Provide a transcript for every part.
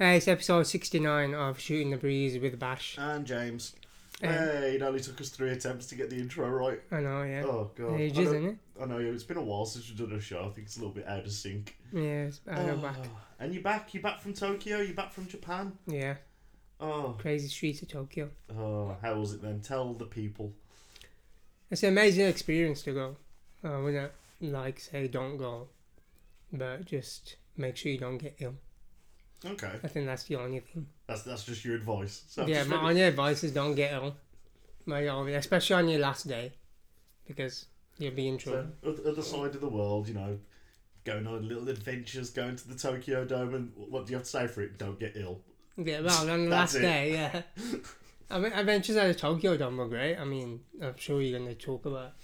It's episode 69 of Shooting the Breeze with Bash. And James. Um, hey, it only took us three attempts to get the intro right. I know, yeah. Oh, God. Ages, I know, isn't it? I know, yeah, it's been a while since we've done a show. I think it's a little bit out of sync. Yes, I know back. Oh, And you're back. You're back from Tokyo. You're back from Japan. Yeah, Oh, crazy streets of Tokyo. oh how was it then? Tell the people. It's an amazing experience to go. I wouldn't like say don't go, but just make sure you don't get ill. Okay. I think that's the only thing. That's that's just your advice. So I've yeah, Oh, just my read it. only advice is don't get ill. My only, especially on your last day, because you'll be in trouble. So, oth- other side of the world, you know, going on little adventures, going to the Tokyo Dome, and what do you have to say for it? Don't get ill. Yeah, well, on the last That's it. day, yeah. I mean, adventures out of Tokyo done were great. I mean, I'm sure you're going to talk about.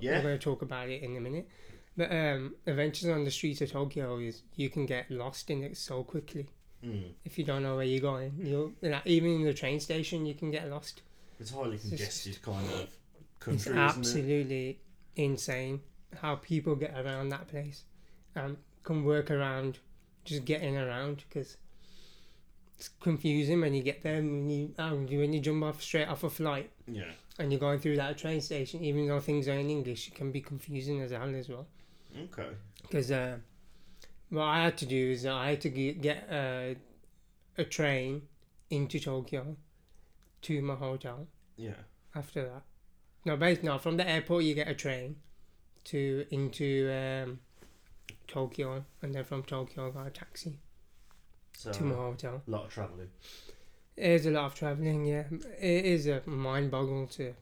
Yeah. We're going to talk about it in a minute. But um, adventures on the streets of Tokyo is you can get lost in it so quickly Hmm. if you don't know where you're going. You'll like, even in the train station you can get lost. It's a highly just- congested kind of It's country, isn't it? absolutely insane how people get around that place and can work around just getting around because it's confusing when you get there and you, and you- when you jump off straight off a flight Yeah. and you're going through that train station even though things are in english it can be confusing as hell as well Okay. because uh, what i had to do is i had to ge- get uh, a train into tokyo to my hotel Yeah. after that. No, based no from the airport you get a train to into um, Tokyo, and then from Tokyo I got a taxi So to my hotel. a lot of travelling. It is a lot of traveling. Yeah, it is a mind boggle to.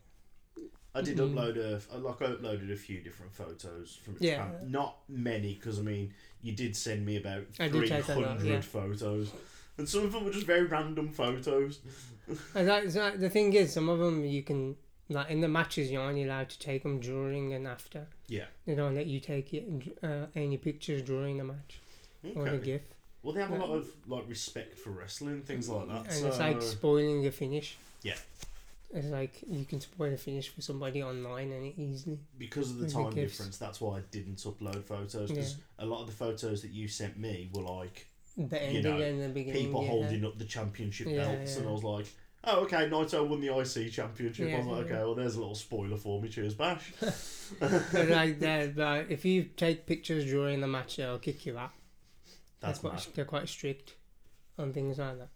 I did Mm. upload a like I uploaded a few different photos from Yeah. Japan. Not many because I mean you did send me about I did three take a lot, hundred yeah. photos, and some of them were just very random photos. And that, that, the thing is, some of them you can like in the matches you're only allowed to take them during and after. Yeah. They don't let you take it, uh, any pictures during the match or the Okay. gif, Well, they have a lot of like respect for wrestling things like that. and so it's like spoiling your finish. Yeah. It's like you can spoil a finish for somebody online and it easily. because of the with the time gifts. difference, that's why I didn't upload photos because a lot of the photos that you sent me were like the you ending know, and the beginning. people yeah. holding up the championship Yeah, belts, and I yeah. was like, oh, okay, Naito won the IC championship. I Yeah, was like, yeah. okay, well, there's a little spoiler for me. Cheers, Bash. But like that, but if you take pictures during the match, they'll kick you out. That's they're mad. quite, they're quite strict on things like that.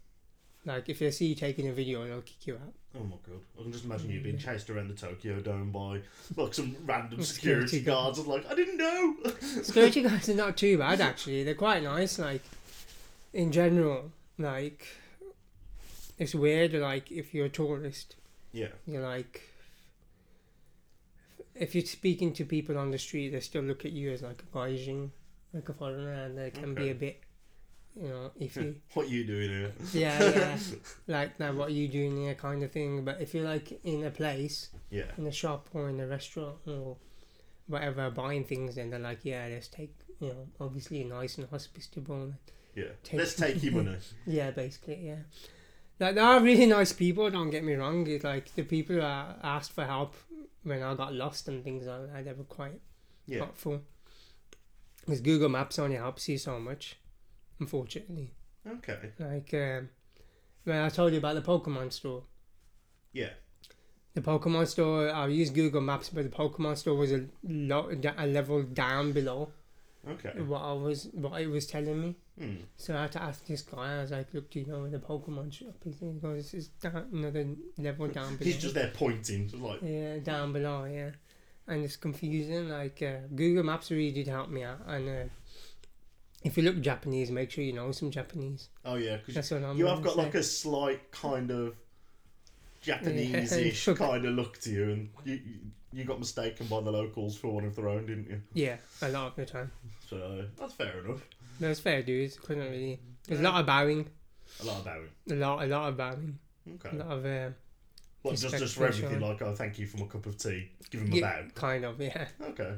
Like if they see you taking a video, they'll kick you out. Oh my god! I can just imagine you being chased around the Tokyo Dome by like some random Security security guards. I'm like, I didn't know. Security guys are not too bad actually. They're quite nice. Like in general, like it's weird. Like if you're a tourist, yeah, you're like. If you're speaking to people on the street, they still look at you as like a Gaijin, like a foreigner, and they can be Okay. a bit, you know, iffy. what you doing here? yeah, yeah. like now what are you doing here kind of thing. But if you're like in a place, Yeah, in a shop or in a restaurant or whatever, buying things, then they're like, yeah, let's take, you know, obviously nice and hospitable. yeah. Take- Let's take your money. Yeah, basically, yeah. Like they are really nice people. Don't get me wrong. It's like the people that asked for help when I got lost and things like that, they were quite Yeah. helpful. Because Google Maps only helps you so much, unfortunately. Okay. Like um, when I told you about the Pokemon store. Yeah. The Pokemon store, I used Google Maps, but the Pokemon store was a, lo- a level down below Okay. what I was what it was telling me. Hmm. So I had to ask this guy. I was like, "Look, do you know where the Pokemon shop is?" And he goes, "It's- "It's down another level down below." He's just there pointing, just like yeah, down below, yeah. And it's confusing. Like uh, Google Maps really did help me out. And uh, if you look Japanese, make sure you know some Japanese. oh yeah, because That's what I'm. you gonna have got say. like a slight kind of Japanese-ish Yeah. kind of look to you, and you you- you got mistaken by the locals for one of their own, didn't you? yeah, a lot of the time. So that's fair enough. No, it's fair, dudes. Couldn't really. There's a lot of bowing, A lot of bowing. a lot, a lot of bowing, a Okay. lot of um, Well, just just for Respect for everything, like oh, thank you for my cup of tea. Give him a yeah, bow. kind of, yeah. Okay.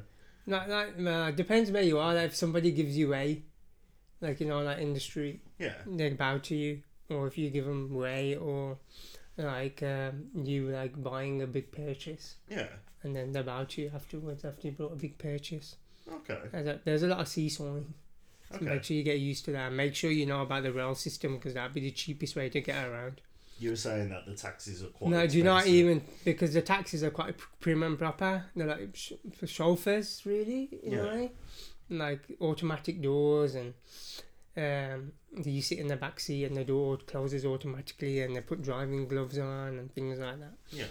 Like, like uh, depends where you are. Like, if somebody gives you way, like you know, like in the street, Yeah. they bow to you, or if you give them way, or like um, you like buying a big purchase, Yeah. and then they bow to you afterwards after you bought a big purchase. Okay. There's a, there's a lot of seesawing. So Make sure you get used to that. Make sure you know about the rail system because that'd be the cheapest way to get around. You were saying that the taxis are quite. no, do you not expensive. even because the taxis are quite pr- prim and proper. They're like sh- for chauffeurs, really, in Yeah. a way. And, Like automatic doors, and um, you sit in the back seat, and the door closes automatically, and they put driving gloves on and things like that. Yeah.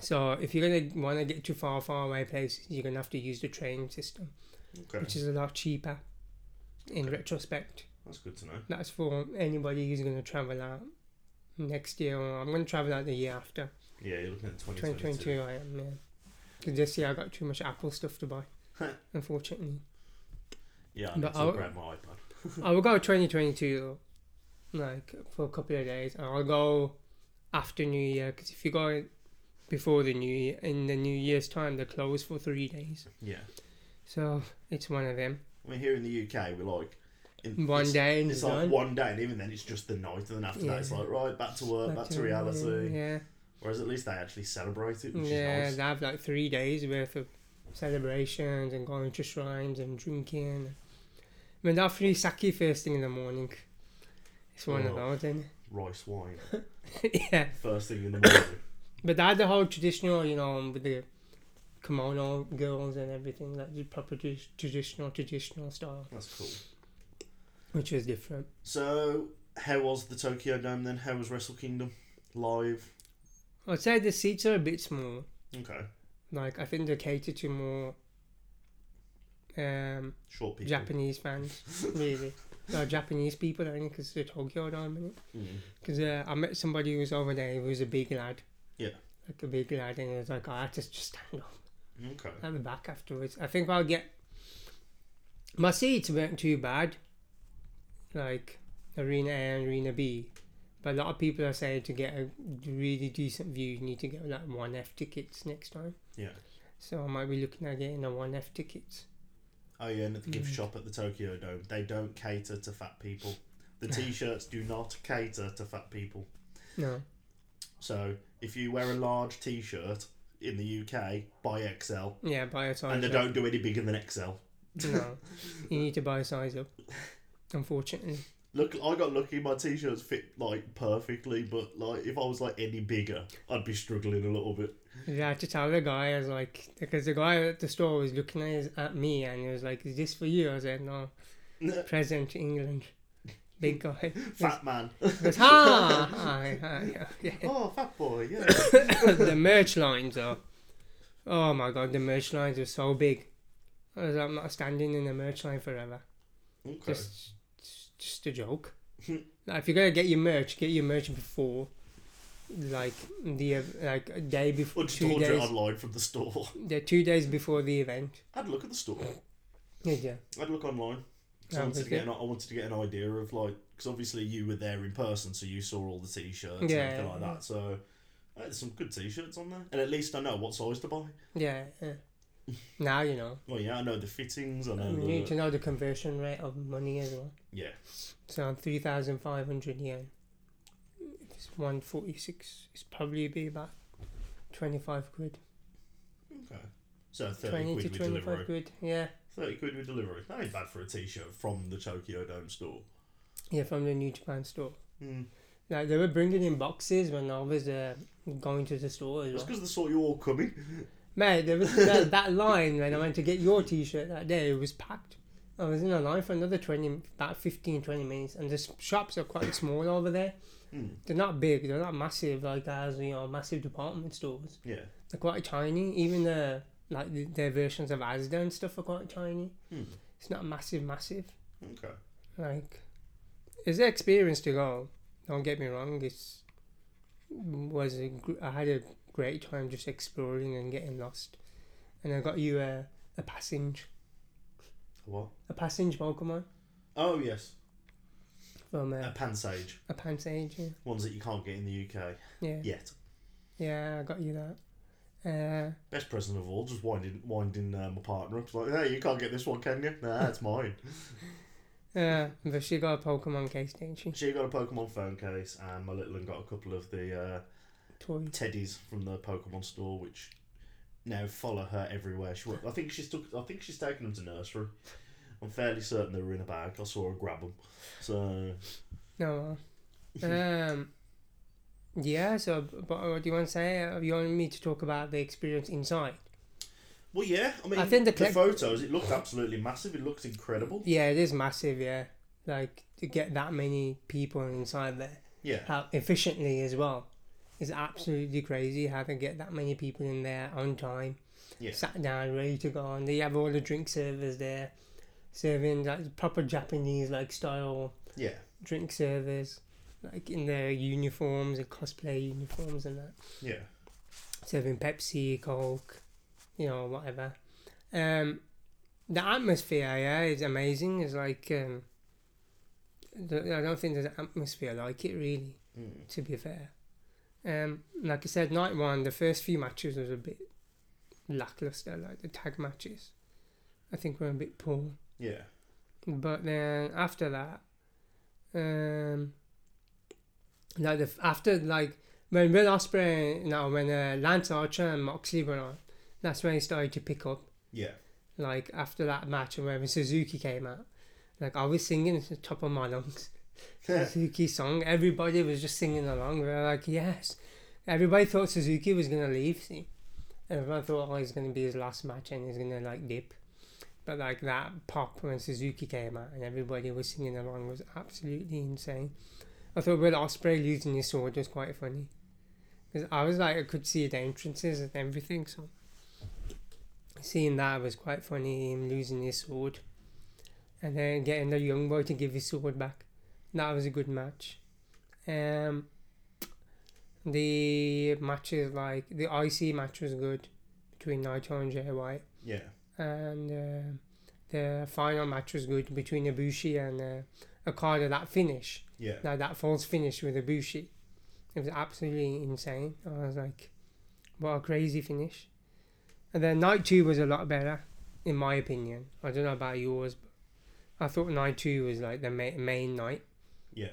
So if you're gonna want to get to far, far away places, you're gonna have to use the train system, Okay. which is a lot cheaper. In retrospect, That's good to know. that's for anybody who's gonna travel out next year, or I'm gonna travel out the year after. Yeah, you're looking at 2022. 2022, I am. Yeah. 'Cause this year I got too much Apple stuff to buy, unfortunately. Yeah, I'm But talking I'll- about my iPad. I will go 2022 though, like for a couple of days. and I'll go after New Year because if you go before the New Year, in the New Year's time, they're closed for three days. Yeah. So it's one of them. I mean, here in the UK, we're like. In, One it's, day and It's you're like done. one day, and even then, it's just the night, and then after that, it's Yeah. like, right, back to work, back, Back to, to- reality. um, Yeah, Whereas at least they actually celebrate it, which yeah. is They nice. have like three days worth of celebrations and going to shrines and drinking. I mean, they'll free sake first thing in the morning. It's one Oh. of those, isn't Rice wine, it? yeah. first thing in the morning. But they had the whole traditional, you know, with the kimono girls and everything, like the proper tra- traditional, traditional style, That's cool. which was different. So, how was the Tokyo Dome then? How was Wrestle Kingdom live? I'd say the seats are a bit small. Okay, Like, I think they cater to more um, short people. Japanese fans, really. no, Japanese people only because they're Tokyo Dome, innit? Mm. Because uh, I met somebody who was over there who was a big lad. Yeah. Like a big lad, and he was like, "Oh, I had to just stand up Okay. at the back afterwards. I think I'll get. My seats weren't too bad, like Arena A and Arena B. But a lot of people are saying to get a really decent view, you need to get like 1F tickets next time. Yeah. So I might be looking at getting a 1F tickets. Oh yeah, and at the gift Mm. shop at the Tokyo Dome, they don't cater to fat people. The T-shirts do not cater to fat people. No. So if you wear a large T-shirt in the UK, buy XL, Yeah, buy a size and they up. don't do any bigger than XL. No. you need to buy a size up, unfortunately. Look, I got lucky. My T-shirts fit like perfectly, but like if I was like any bigger, I'd be struggling a little bit. Yeah, I had to tell the guy, I was like, because the guy at the store was looking at, his, at me and he was like, Is this for you? I said, No, present to England. Big guy. fat man. He goes, ha! Hi, hi, hi. oh, fat boy. Yeah. the merch lines are, oh my god, the merch lines are so big. I was like, I'm not standing in the merch line forever. Okay. Just, just a joke. like, if you're gonna get your merch, get your merch before, like the ev- like a day or before, just two order it days. online from the store. The two days before the event. I'd look at the store. Did you? I'd look online. 'Cause I Oh, wanted, to okay. get an, I wanted to get an idea of like, because obviously you were there in person, so you saw all the t-shirts and Yeah, everything like yeah. that. So uh, there's some good t-shirts on there, and at least I know what size to buy. Yeah. yeah. now you know. Well, yeah, I know the fittings. I know. Um, You need to The, know the conversion rate of money as well. yeah. So three thousand five hundred yen. If It's one forty six. It's probably be about twenty five quid. Okay. So thirty Twenty quid to with twenty delivery. five quid. Yeah, Thirty quid with delivery. That ain't bad for a t-shirt from the Tokyo Dome store. yeah, from the New Japan store. Hmm. Like they were bringing in boxes when I was uh, going to the store as That's well. because they saw you all coming. Mate, there was that, that line when I went to get your T-shirt that day. It was packed. I was in a line for another twenty, about 15, 20 minutes, and the s- shops are quite small over there. Hmm. They're not big. They're not massive like as you know massive department stores. Yeah. they're quite tiny. Even the like the, their versions of Asda and stuff are quite tiny. Hmm. It's not massive, massive. Okay. Like, it's the experience to go. Don't get me wrong. It's was a gr- I had a great time just exploring and getting lost, and I got you a a passage What? a passage Pokemon Oh yes, from a uh, pansage. a Pansage. Yeah. Ones that you can't get in the UK yeah, yet. yeah, I got you that. Uh, Best present of all, just winding winding uh, my partner up. It's like, hey, you can't get this one, can you? Nah, it's mine. uh, but she got a Pokemon case, didn't she? She got a Pokemon phone case, and my little one got a couple of the uh, Toy. teddies from the Pokemon store, which now follow her everywhere. She, went- I think she's took. I think she's taken them to nursery. I'm fairly certain they were in a bag. I saw her grab them. So No. Um. yeah. So, b- but what do you want to say? Uh, You want me to talk about the experience inside? Well, yeah. I mean, I think the the, collect- photos. It looked absolutely massive. It looked incredible. Yeah, it is massive. Yeah, like to get that many people inside there, Yeah, how efficiently as well, is absolutely crazy. How to get that many people in there on time, Yeah. sat down, ready to go, and they have all the drink servers there, serving like proper Japanese like style yeah. drink servers, like in their uniforms and cosplay uniforms and that. Yeah. serving Pepsi, Coke, you know, whatever. Um, the atmosphere, yeah, is amazing. It's like um, th- I don't think there's an atmosphere like it really. Mm. To be fair, um, like I said, night one, the first few matches was a bit lackluster, like the tag matches. I think were a bit poor. Yeah. But then after that, um, like the, f- after like when Will Osprey no when uh, Lance Archer and Moxley were on, that's when it started to pick up. Yeah. Like after that match and when Suzuki came out, like I was singing at the top of my lungs Suzuki song. Everybody was just singing along. We were like, yes. Everybody thought Suzuki was gonna leave. See, everyone thought, oh, it's gonna be his last match and he's gonna like dip. But like that pop when Suzuki came out and everybody was singing along was absolutely insane. I thought Will Osprey losing his sword was quite funny. Because I was like, I could see the entrances and everything, so seeing that was quite funny. Him losing his sword, and then getting the young boy to give his sword back. That was a good match. Um, the matches like the IC match was good between Naito and Jay White, yeah. and uh, the final match was good between Ibushi and uh, Okada. That finish, Yeah. now that false finish with Ibushi, it was absolutely insane. I was like, what a crazy finish. And then night two was a lot better, in my opinion. I don't know about yours, but I thought night two was like the ma- main night. Yeah.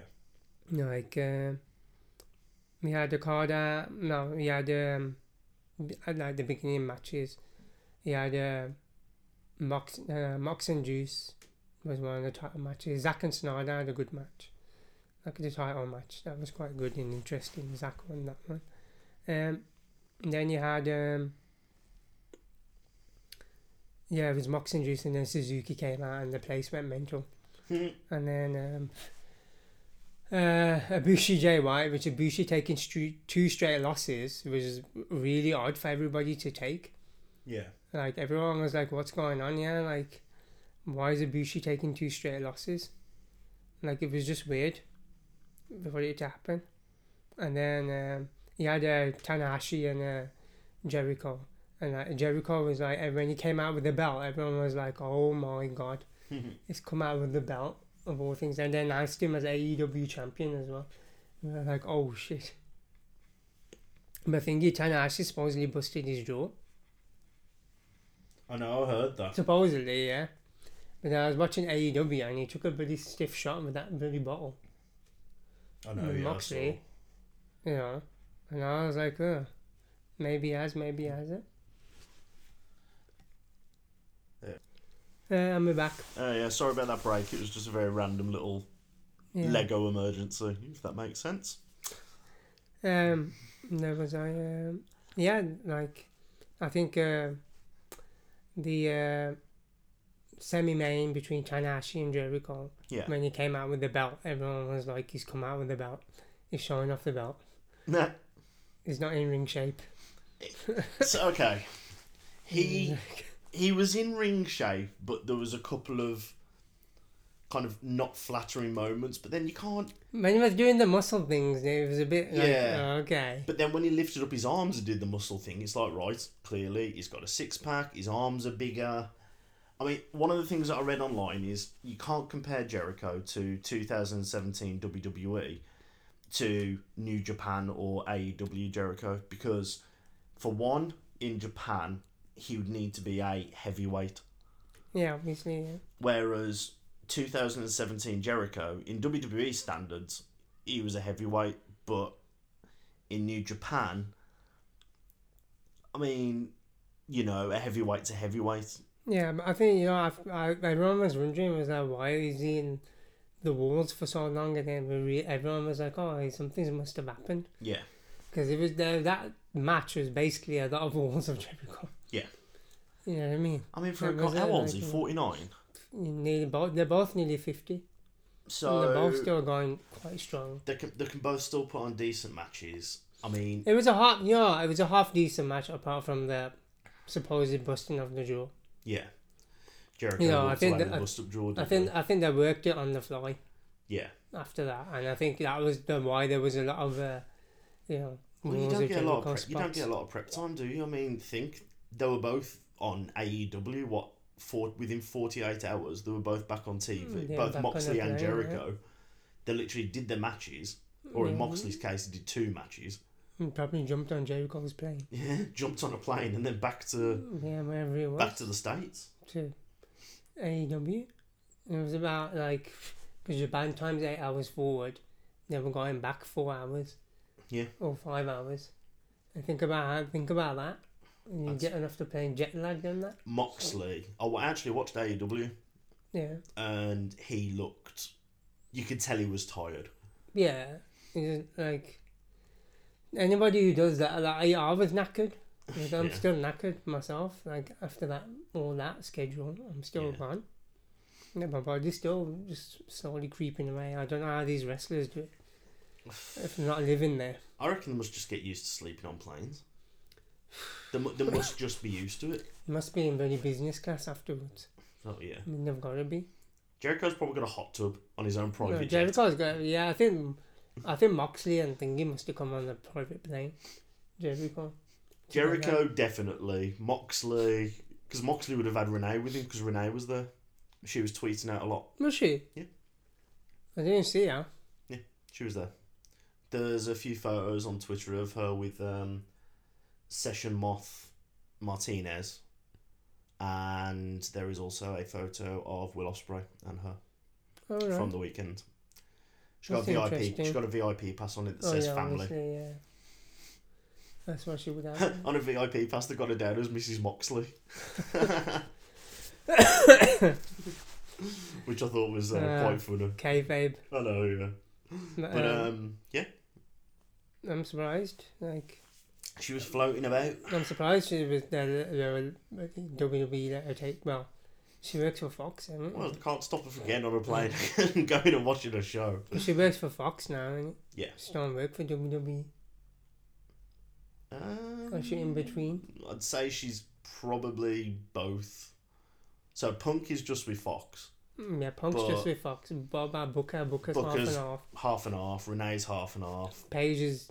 Like uh, we had Okada, no, we had um, b- at, like the beginning matches. He had uh, Mox, uh, Mox and Juice was one of the title matches. Zack and Snyder had a good match, like the title match. That was quite good and interesting. Zack won that one. Um, then you had um, yeah, it was Mox and Juice, and then Suzuki came out, and the place went mental. Hmm, And then um, uh, Ibushi Jay White, which Ibushi taking stre- two straight losses, which is really odd for everybody to take. yeah. Like everyone was like, "What's going on here? Like, why is Ibushi taking two straight losses?" Like it was just weird for it to happen. And then um, he had uh, Tanahashi and uh, Jericho, and uh, Jericho was like, and when he came out with the belt, everyone was like, "Oh my god." Hmm. It's come out with the belt of all things, and they announced him as AEW champion as well. And we're like, oh shit. But Thingy Tanahashi supposedly busted his jaw. I know. I heard that. Supposedly, yeah. But then I was watching AEW and he took a bloody stiff shot with that bloody bottle, I know. Mm, Yeah. I Moxley. you know. And I was like, oh, maybe he has, maybe he hasn't. Yeah. Uh, and we're back. saw. Uh, yeah. Sorry about that break. It was just a very random little Yeah. Lego emergency. If that makes sense. Um, there was I. Um, yeah, like I think uh, the uh, semi-main between Tanahashi and Jericho Yeah. when he came out with the belt, everyone was like, "He's come out with the belt. He's showing off the belt. Nah. He's not in ring shape." so, okay. He he was in ring shape, but there was a couple of kind of not flattering moments. But then you can't. When he was doing the muscle things, it was a bit like, Yeah. oh, okay. But then when he lifted up his arms and did the muscle thing, it's like, right, clearly he's got a six pack, his arms are bigger. I mean, one of the things that I read online is you can't compare Jericho to 2017 WWE E to New Japan or AEW Jericho because, for one, in Japan, he would need to be a heavyweight. Yeah, obviously. Yeah. Whereas 2017 Jericho, in WWE standards, he was a heavyweight, but in New Japan, I mean, you know, a heavyweight's a heavyweight. Yeah, but I think you know, I've, I everyone was wondering was like, why is he in the walls for so long? And then we re- everyone was like, oh, something must have happened Yeah. because it was there. That match was basically a lot of walls of Jericho. Yeah. You know what I mean? I mean, for Yeah, a guy, was it how old is he? like- 49? Nearly both, they're both nearly fifty. So and they're both still going quite strong. they, can, they can both still put on decent matches. I mean, It was a half, yeah, it was a half decent match apart from the supposed busting of the jaw. yeah. Jericho You know, I looked think like that- a bust up draw, I didn't think he? I think they worked it on the fly Yeah. after that, and I think that was the why there was a lot of, uh, you know, Well, you rules don't of get a lot of Jericho prep. You don't spots. get a lot of prep time, do you? I mean, think they were both on AEW. What for? Within forty eight hours, they were both Hmm, back on TV. Mm, yeah, both back on Moxley the and plane, yeah. Jericho. They literally did their matches, or in Moxley's case, he did two matches. And probably jumped on Jericho's plane. Yeah, jumped on a plane and then back to Yeah, wherever it was back to the states. to AEW. It was about like because Japan times eight hours forward, they were going back four hours. Yeah. Or five hours. And think about think about that. And you That's- get enough to play jet lag on that. Moxley. I wa- actually watched AEW, Yeah. and he looked. You could tell he was tired. Yeah, it's just, like anybody who does that, like I, I was knackered. Like, I'm Yeah. still knackered myself. Like after that, all that schedule, I'm still Yeah. gone. Yeah, my body's still just slowly creeping away. I don't know how these wrestlers do it. If they're not living there, I reckon they must just get used to sleeping on planes. They, mu- they must just be used to it. you must be in bloody business class afterwards. Oh yeah. I mean, they've got to be. Jericho's probably got a hot tub on his own private No, jet. Jericho's got. Yeah, I think, I think Moxley and Thingy must have come on a private plane. Jericho. Jericho definitely. Moxley, because Moxley would have had Renee with him because Renee was there. She was tweeting out a lot. Was she? Yeah. I didn't see her. She was there. There's a few photos on Twitter of her with um, Session Moth Martinez, and there is also a photo of Will Osprey and her All right. from the weekend. She got That's a VIP. She interesting. got a VIP pass on it that says family. obviously, Oh, yeah. That's what she would have. on a VIP pass, they got her down as Mrs. Moxley, which I thought was uh, Uh, quite funny. okay, babe. I know, yeah. But, But um, um, yeah, I'm surprised. Like, she was floating about. I'm surprised she was there. there were WWE E let her take. Well, she works for Fox. I Well, they can't stop her from getting on a plane and going and watching a show. she works for Fox now. And Yeah. She don't work for E. WWE. Um, Or she in between. I'd say she's probably both. So Punk is just with Fox, Mm, Yeah, Punk's But- just with Fox. Bob uh, Booker, Booker's, half Booker's- and half. half and half. Renee's half and half. Paige is,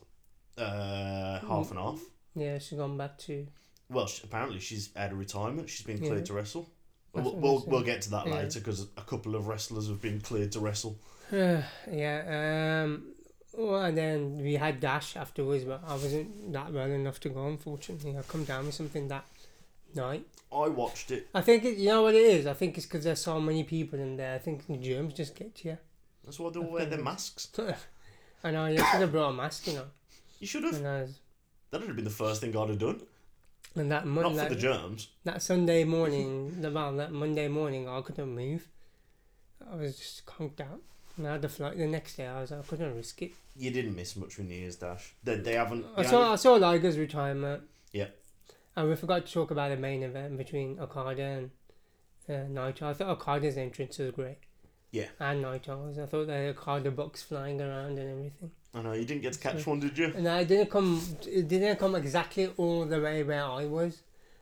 Uh, half Mm. and half. yeah, she's gone back to. Well, she, apparently she's out of retirement. She's been Yeah. cleared to wrestle. That's We'll, what we'll, I'm we'll get to that Yeah. later because a couple of wrestlers have been cleared to wrestle. yeah. Um. Well, and then we had Dash afterwards, but I wasn't that well enough to go. Unfortunately, I come down with something that night. I watched it. I think it, you know what it is. I think it's because there's so many people in there. I think the germs just get to That's why they all wear their masks. you. I know. You should have brought a mask, you know. You should have. And, I was, That would have been the first thing I'd have done. and that mon- Not for that, the germs. that Sunday morning, the- well, that Monday morning, I couldn't move. I was just conked out. And I had the flight the next day. I was like, I couldn't risk it. You didn't miss much with New Year's Dash. They, they haven't. I the saw only- I saw Liger's retirement. Yeah. And we forgot to talk about the main event between Okada and uh, Naito. I thought Okada's entrance was great. Yeah. And Naito's. I thought the Okada box flying around and everything. I know you didn't get to catch one, did you? And I didn't come. It didn't come exactly all the way where I was.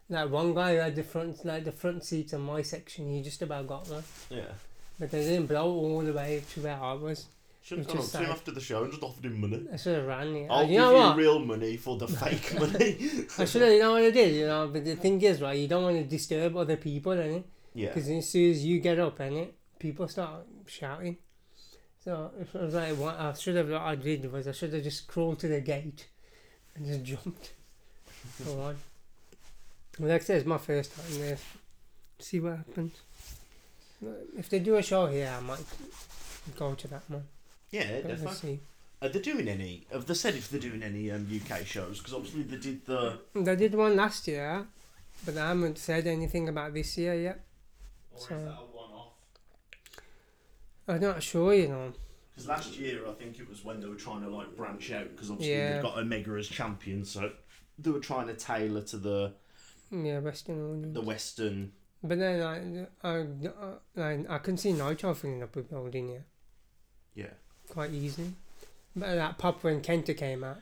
Like one guy who had the front, like the front seats in my section, he just about got one, Yeah. but they didn't blow all the way to where I was. Should have Which gone up is to him sad. after the show and just offered him money. I should have ran. Yeah. I'll you give know you what? real money for the fake money. I should have. You know what I did. You know, but the thing is, right? You don't want to disturb other people, and yeah. Because as soon as you get up in it, people start shouting. So if I was like, what I should have, what I did was I should have just crawled to the gate and just jumped for one. Well, like I said, it's my first time there. See what happens. But If they do a show here, I might go to that one. Yeah, But we'll definitely. see. Are they doing any? Have they said if they're doing any um, UK shows? Because obviously they did the. They did one last year. but I haven't said anything about this year yet. Or So- is that a one off? I'm not sure, you know. Because last year, I think it was when they were trying to like branch out because obviously Yeah. they've got Omega as champion, so they were trying to tailor to the Yeah, Western audience. the Western. But then I, I, I, I can see Nitro filling up with gold in here Yeah. quite easily. But that pop when Kenta came out,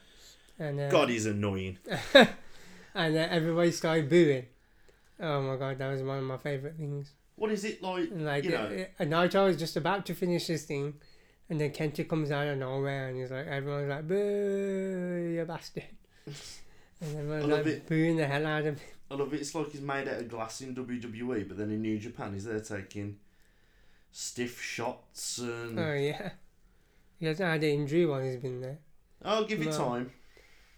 and uh, God, he's annoying. and uh, everybody started booing. Oh my god, that was one of my favorite things. What is it like? Like, You know. uh, uh, Nitro was just about to finish this thing, and then Kenta comes out of nowhere and he's like, everyone's like, boo, you bastard. And everyone's I love like it. booing the hell out of him. I love it. It's like he's made out of glass in WWE, but then in New Japan, he's there taking stiff shots and. Oh, yeah. He hasn't had an injury while he's been there. I'll give you No. time.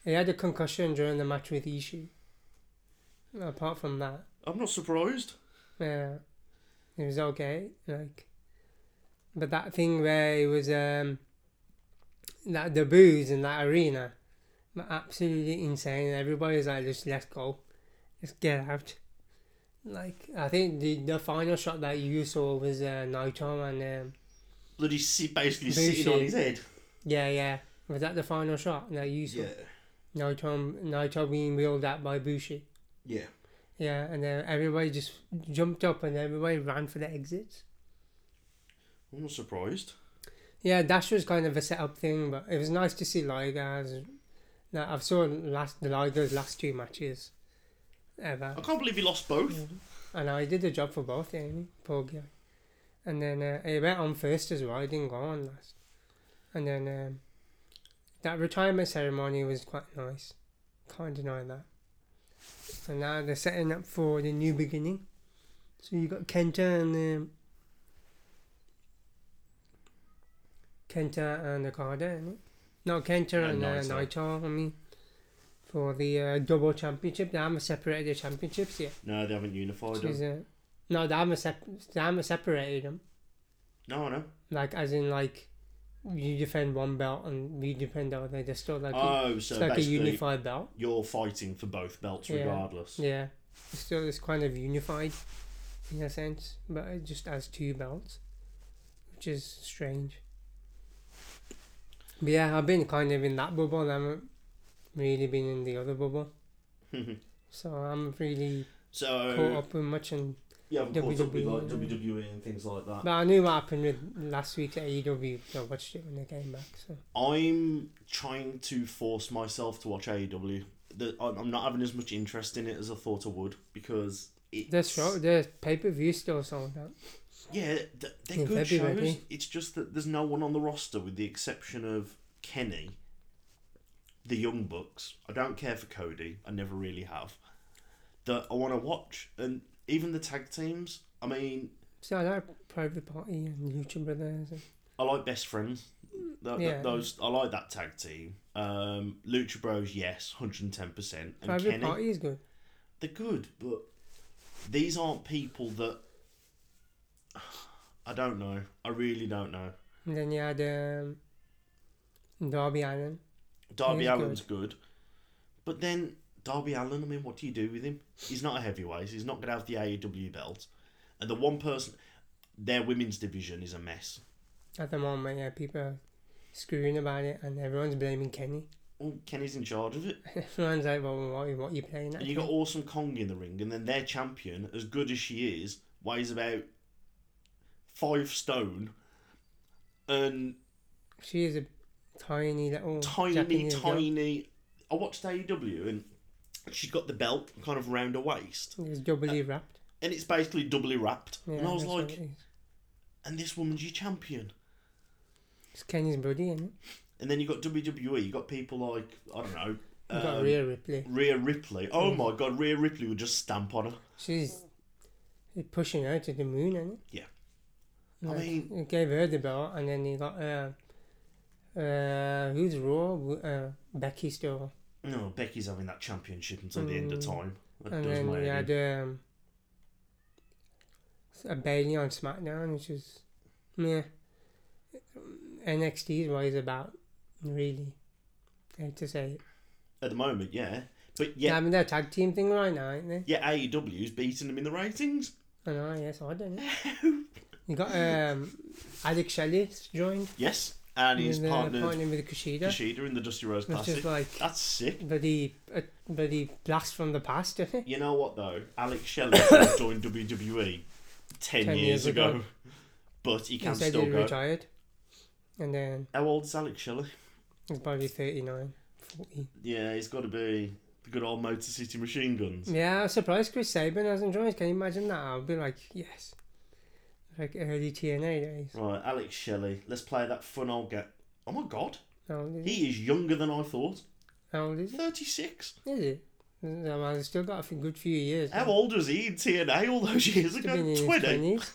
He had a concussion during the match with Ishii. Apart from that, I'm not surprised. yeah, it was okay. Like, but that thing where it was um, that the booze in that arena, were absolutely insane. Everybody was like, just let's go, let's get out. Like, I think the the final shot that you saw was uh, Naito and um, Bloody si- basically Bushi. sitting on his head. yeah, yeah. Was that the final shot that you saw? Naito, Naito being wheeled out by Bushi. Yeah. Yeah, and then everybody just jumped up and everybody ran for the exits. I'm not surprised. Yeah, Dash was kind of a set up thing, but it was nice to see Ligas. Now I've saw last the Ligas last two matches ever, I can't believe he lost both. and I did a job for both. Yeah, poor guy. And then uh, he went on first as well. He didn't go on last. And then um, that retirement ceremony was quite nice. Can't deny that. And now they're setting up for the new beginning. So you got Kenta and um, Kenta and Okada, isn't it? No, Kenta And and, uh, Naito. Naito. I mean, for the uh, double championship, they haven't separated the championships yet. No, they haven't unified Which them. is, uh, no, they haven't, sep- they haven't separated them. No, I know. Like, as in, like, you defend one belt and we defend the other. They're still like, a, oh, it's so like a basically, unified belt. you're fighting for both belts Yeah. regardless. Yeah. It's still, it's kind of unified in a sense, but it just has two belts, which is strange. But yeah, I've been kind of in that bubble. I haven't really been in the other bubble. So I'm really caught so, up with much, and you haven't caught up with like WWE. WWE E and things like that. but I knew what happened with last week's AEW. because E I watched it when they came back. So I'm trying to force myself to watch AEW. The- I'm I'm not having as much interest in it as I thought I would because it's their show, their pay per view still sold out. Yeah, th- they're Yeah, good they'd be shows. ready. It's just that there's no one on the roster with the exception of Kenny, the Young Bucks. I don't care for Cody. I never really have. That I want to watch, and even the tag teams. I mean, So I like Private Party and Lucha Brothers. And, I like Best Friends. Th- th- Yeah. Those I like that tag team. Um, Lucha Bros, yes, hundred and ten percent. And Private Kenny, Party is good. they're good, but these aren't people that I don't know. I really don't know. And then you had um, Darby Allen. Darby He's Allen's good. But then Darby Allen, I mean, what do you do with him? He's not a heavyweight. He's not going to have the AEW belt. And the one person, their women's division is a mess. At the moment, yeah, people are screwing about it and everyone's blaming Kenny. Well, Oh, Kenny's in charge of it. everyone's like, well, what, what are you playing at? And you got Awesome Kong in the ring, and then their champion, as good as she is, weighs about five stone and she is a tiny little tiny, Japanese girl. tiny. I watched AEW, and she's got the belt kind of round her waist, It's doubly wrapped. and it's basically doubly wrapped. Yeah, and I was that's what like, it is. and this woman's your champion. it's Kenny's buddy, isn't it? And then you got WWE, you got people like, I don't know, You got um, Rhea Ripley. Rhea Ripley. Oh my god, Rhea Ripley would just stamp on her. She's pushing her to the moon, isn't it? Yeah. Like, I mean, it gave her the belt, and then you got uh, uh, who's Raw? Uh, Becky still. no, Becky's having that championship until the end of time. That And does then my we head had in. um, a Bailey on SmackDown, which is yeah. NXT is what it's about, really. I hate to say it. At the moment, yeah. But yeah, I mean, they're a tag team thing right now, ain't they? yeah, AEW's E beating them in the ratings. I know, yes, I don't know. You got um, Alex Shelley's joined. yes, and he's and, uh, partnered partnering with Kushida. Kushida in the Dusty Rose Which Classic. is like That's sick. bloody, a bloody blast from the past, isn't it? You know what though? Alex Shelley should have joined WWE ten, years, ago, but he can Instead still he go. retired. And then How old is Alex Shelley? he's probably 39, 40. Yeah, he's got to be the good old Motor City Machine Guns. Yeah, I was surprised Chris Sabin hasn't joined. Can you imagine that? I'd be like, yes. Like early TNA days. Right, Alex Shelley. Let's play that fun old game. Oh my god, How old is he? he is younger than I thought. How old is he? Thirty-six. Is he? That man's still got a few- good few years. How old was he in TNA all those years He's been in ago? his Twenty. 20s.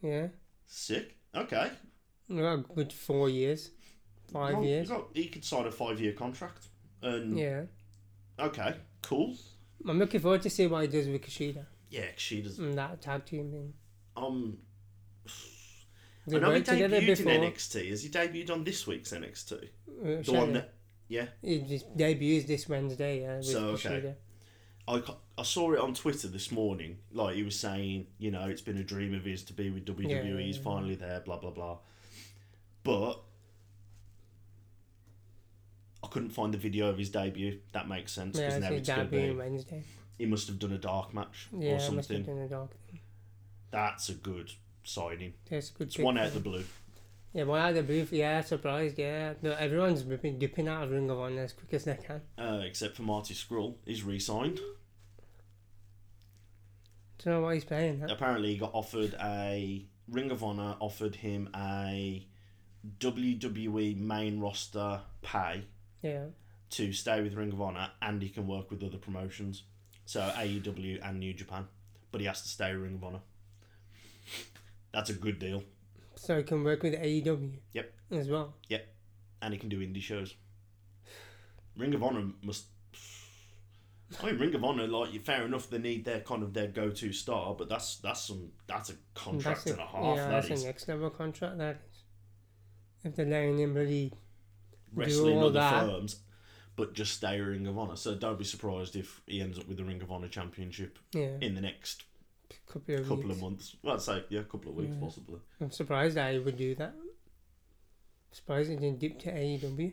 Yeah. Sick. Okay. We've got a good four years. Five Well, years. got- he could sign a five-year contract. And Yeah. okay, cool. I'm looking forward to see what he does with Kushida Yeah, she does. and Mm, that tag team thing. Um, They I know he worked together debuted before. in NXT. Has he debuted on this week's NXT? uh, The one Shelley. that yeah, He just debuts this Wednesday, yeah, with So, okay. Kushida. I, ca- I saw it on Twitter this morning. Like he was saying, you know, it's been a dream of his to be with WWE. Yeah, yeah, He's yeah. finally there. Blah blah blah. But I couldn't find the video of his debut. That makes sense because Yeah, now so it's going to debut be. Wednesday. He must have done a dark match Yeah, I or must have something. done a dog. That's a good signing. That's a good It's pick. one out of the blue. Yeah, one out of the blue. Yeah, surprised. Yeah, no, everyone's ripping, dipping out of Ring of Honor as quick as they can. Uh, except for Marty Skrull, he's re-signed. Don't know why he's playing that. apparently he got offered a Ring of Honor offered him a WWE main roster pay Yeah, to stay with Ring of Honor and he can work with other promotions. So AEW and New Japan. But he has to stay with Ring of Honor. That's a good deal. so he can work with AEW. Yep. As well. And he can do indie shows. Ring of Honor must I mean Ring of Honor, like fair enough they need their kind of their go to star, but that's that's some that's a And contract a- and a half Yeah, that that's is. a next level contract. That is. If they're letting him really, wrestling all other that. firms, but just stay a Ring of Honor. So don't be surprised if he ends up with the Ring of Honor Championship yeah, in the next couple of couple weeks. of months. Well, I'd say yeah, a couple of weeks Yeah. possibly. I'm surprised that he would do that. Surprised he didn't dip to E AEW.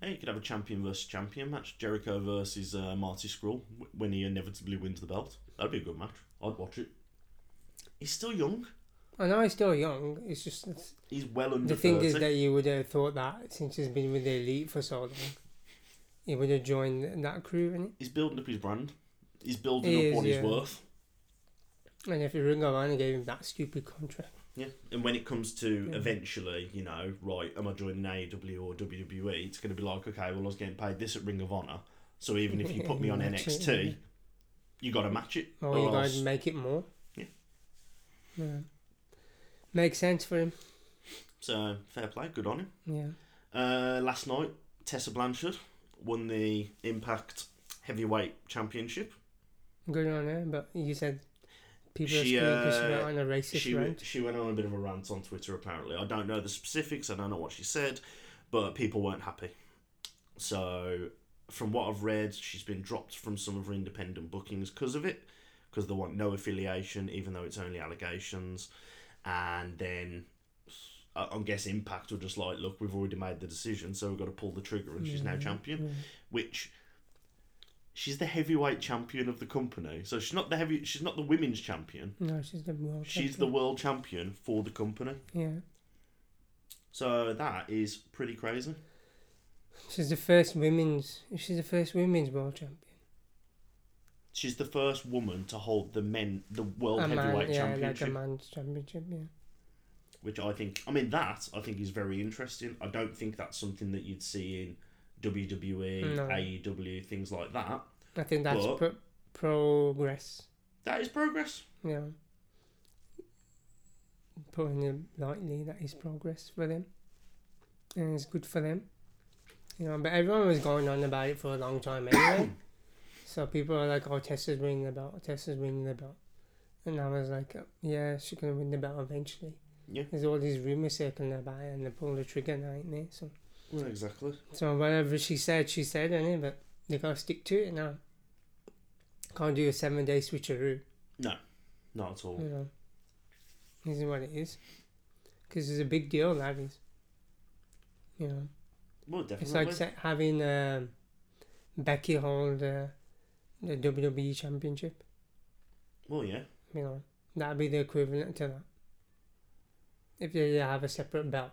Hey, you could have a champion versus champion match: Jericho versus uh, Marty Skrull w- when he inevitably wins the belt. That'd be a good match. I'd watch it. He's still young. I know he's still young. It's just it's, He's well under The thing thirty. is that you would have thought that since he's been with the elite for so long, he would have joined that crew, innit? He's building up his brand. He's building He up is, on his yeah. worth. And if you ring around and gave him that stupid contract, Yeah, and when it comes to Yeah. eventually, you know, right, am I joining AEW or WWE? It's going to be like, okay, well, I was getting paid this at Ring of Honor, so even if you put me on Match it, yeah. NXT, you got to match it. or or Oh, you else- guys make it more. Oh, Yeah. Yeah. Makes sense for him. So fair play, good on him. Yeah. Uh, last night, Tessa Blanchard won the Impact Heavyweight Championship. Good on her, but you said people She, are screaming because she uh, went on a racist she rant. she went on a bit of a rant on Twitter. Apparently, I don't know the specifics. I don't know what she said, but people weren't happy. So, from what I've read, she's been dropped from some of her independent bookings because of it, because they want no affiliation, even though it's only allegations. And then, I I guess Impact were just like, look, we've already made the decision, so we've got to pull the trigger, and she's now champion, which. She's the heavyweight champion of the company, so she's not the heavy. She's not the women's champion. No, she's the world. She's the champion. world champion for the company. yeah. So that is pretty crazy. She's the first women's. She's the first women's world champion. She's the first woman to hold the men the world a man, heavyweight yeah, championship, like a man's championship. Yeah. which I think I mean that I think is very interesting. I don't think that's something that you'd see in E, WWE, No. AEW, things like that. I think that's But- pro- progress. That is progress. Yeah. Putting it lightly, that is progress for them. And it's good for them. You know, but everyone was going on about it for a long time anyway. so people are like, oh, Tessa's winning the belt, Tessa's winning the belt. And I was like, "Oh, yeah, she's going to win the belt eventually. Yeah. There's all these rumors circling about it and they pull the trigger now, ain't they? So, Well, exactly. so whatever she said, she said, innit? But They gotta stick to it now. Can't do a seven day switcheroo. Not at all. You know, this is what it is. Because it's a big deal, that is. You know, Well, it's definitely. like sa- having um, Becky hold uh, the WWE Championship. well, yeah. You know, that'd be the equivalent to that. If they have a separate belt,